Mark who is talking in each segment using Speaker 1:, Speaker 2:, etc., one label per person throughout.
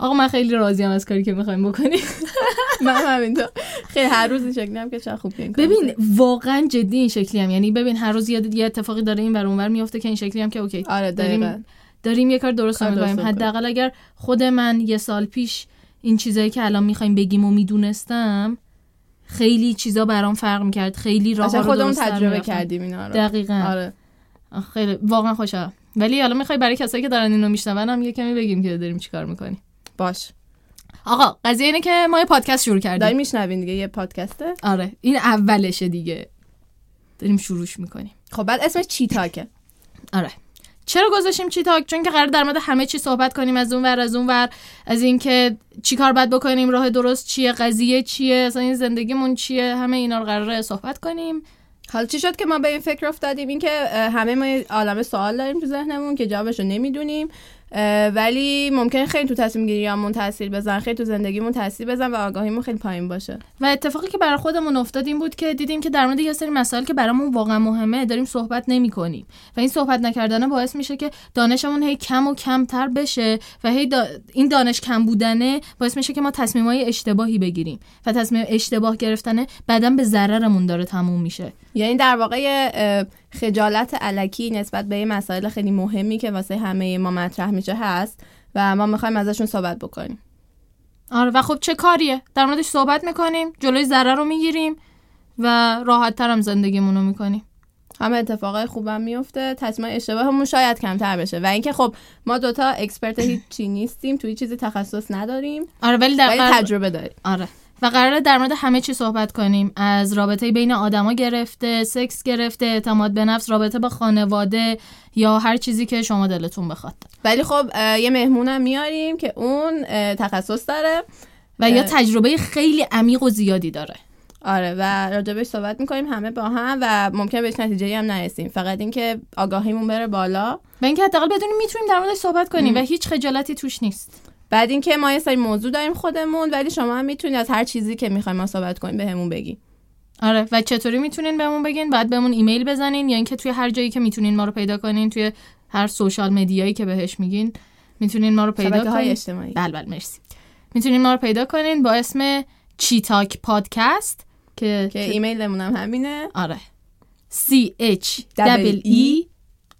Speaker 1: آقا من خیلی راضیم از کاری که میخوایم بکنیم
Speaker 2: خب، من همینطور خیلی هر روز این شکلیم که چقدر خوب این کار
Speaker 1: ببین واقعا جدی این شکلی هم یعنی ببین هر روز یه یه اتفاقی داره این بر اونور میفته که این شکلی هم که اوکی
Speaker 2: می‌کنی. آره دقیقا
Speaker 1: داریم داریم یه کار درست
Speaker 2: کار
Speaker 1: رو
Speaker 2: درست
Speaker 1: میکنیم
Speaker 2: رو می‌کنیم.
Speaker 1: حداقل اگر خود من یه سال پیش این چیزایی که الان میخوایم بگیم و میدونستم خیلی چیزا برام فرق میکرد خیلی راه
Speaker 2: اصلا
Speaker 1: رو
Speaker 2: خودمون
Speaker 1: درست‌تر
Speaker 2: تجربه
Speaker 1: می‌رفتم.
Speaker 2: کردیم اینا رو
Speaker 1: دقیقا
Speaker 2: آره
Speaker 1: آه، خیلی واقعا خوشحالم ولی حالا میخوای برای کسایی که دارن اینو میشنون هم یه کمی بگیم که داریم چیکار میکنیم
Speaker 2: باش
Speaker 1: آقا قضیه اینه که ما یه پادکست شروع کردیم
Speaker 2: داری میشنوین دیگه یه پادکسته
Speaker 1: آره این اولشه دیگه داریم شروعش میکنیم
Speaker 2: خب بعد اسمش چی تاکه
Speaker 1: آره چرا گذاشتیم چی تاک چون که قرار در مورد همه چی صحبت کنیم از اون ور از اون ور از اینکه چی کار باید بکنیم راه درست چیه قضیه چیه اصلا این زندگیمون چیه همه اینا رو قراره صحبت کنیم
Speaker 2: حالا چی شد که ما به این فکر افتادیم اینکه اه، همه ما یه عالمه سوال داریم تو ذهنمون که جوابش رو نمیدونیم ولی ممکنه خیلی تو تصمیم گیریامون تاثیر بزن خیلی تو زندگیمون تاثیر بزن و آگاهیمون خیلی پایین باشه
Speaker 1: و اتفاقی که برای خودمون افتاد این بود که دیدیم که در مورد یه سری مسائل که برامون واقعا مهمه داریم صحبت نمی کنیم و این صحبت نکردن باعث میشه که دانشمون هی کم و کمتر بشه و هی دا- این دانش کم بودنه باعث میشه که ما تصمیمای اشتباهی بگیریم و تصمیم اشتباه گرفتنه بعدا به ضررمون داره تموم میشه
Speaker 2: یعنی در واقع یه، اه، خجالت علکی نسبت به یه مسائل خیلی مهمی که واسه همه ما مطرح میشه هست و ما میخوایم ازشون صحبت بکنیم
Speaker 1: آره و خب چه کاریه در موردش صحبت میکنیم جلوی ضرر رو میگیریم و راحت ترم زندگیمون رو میکنیم
Speaker 2: همه اتفاقای خوبم میفته تصمیم اشتباهمون شاید کمتر بشه و اینکه خب ما دوتا اکسپرت هیچی نیستیم توی چیزی تخصص نداریم
Speaker 1: آره ولی در
Speaker 2: ولی
Speaker 1: قر-
Speaker 2: تجربه داریم
Speaker 1: آره و قراره در مورد همه چی صحبت کنیم از رابطه بین آدما گرفته سکس گرفته اعتماد به نفس رابطه با خانواده یا هر چیزی که شما دلتون بخواد
Speaker 2: ولی خب اه، یه مهمونم میاریم که اون اه، تخصص داره
Speaker 1: و یا
Speaker 2: اه.
Speaker 1: تجربه خیلی عمیق و زیادی داره
Speaker 2: آره و راجبش صحبت میکنیم همه با هم و ممکن بهش نتیجه هم نرسیم فقط اینکه آگاهیمون بره بالا
Speaker 1: و اینکه حداقل بدونیم میتونیم در موردش صحبت کنیم و هیچ خجالتی توش نیست
Speaker 2: بعد اینکه ما یه سری موضوع داریم خودمون ولی شما هم میتونید از هر چیزی که میخوایم ما صحبت کنیم بهمون بگی
Speaker 1: آره و چطوری میتونین بهمون بگین بعد بهمون ایمیل بزنین یا اینکه توی هر جایی که میتونین ما رو پیدا کنین توی هر سوشال مدیایی که بهش میگین میتونین ما رو پیدا
Speaker 2: شبکه های
Speaker 1: کنین
Speaker 2: اجتماعی
Speaker 1: بله بله مرسی میتونین ما رو پیدا کنین با اسم چیتاک پادکست که,
Speaker 2: که ایمیلمون هم همینه
Speaker 1: آره C H
Speaker 2: دبل ای
Speaker 1: E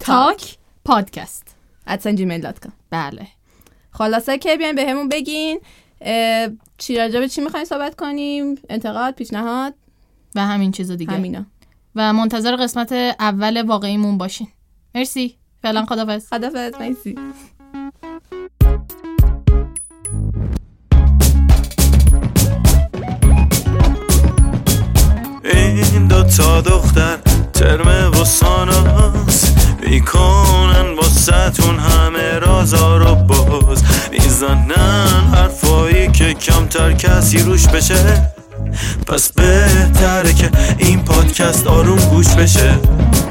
Speaker 1: تاک پادکست
Speaker 2: gmail.com
Speaker 1: بله
Speaker 2: خلاصه که بیاین بهمون بگین اه، چی راجب چی میخوایم صحبت کنیم انتقاد پیشنهاد
Speaker 1: و همین چیزا دیگه
Speaker 2: همینا
Speaker 1: و منتظر قسمت اول واقعیمون باشین مرسی فعلا خدافظ
Speaker 2: خدافظ مرسی
Speaker 3: این دوتا دختر ترم وساناست میکنن با ستون همه رازا رو باز میزنن حرفایی که کمتر کسی روش بشه پس بهتره که این پادکست آروم گوش بشه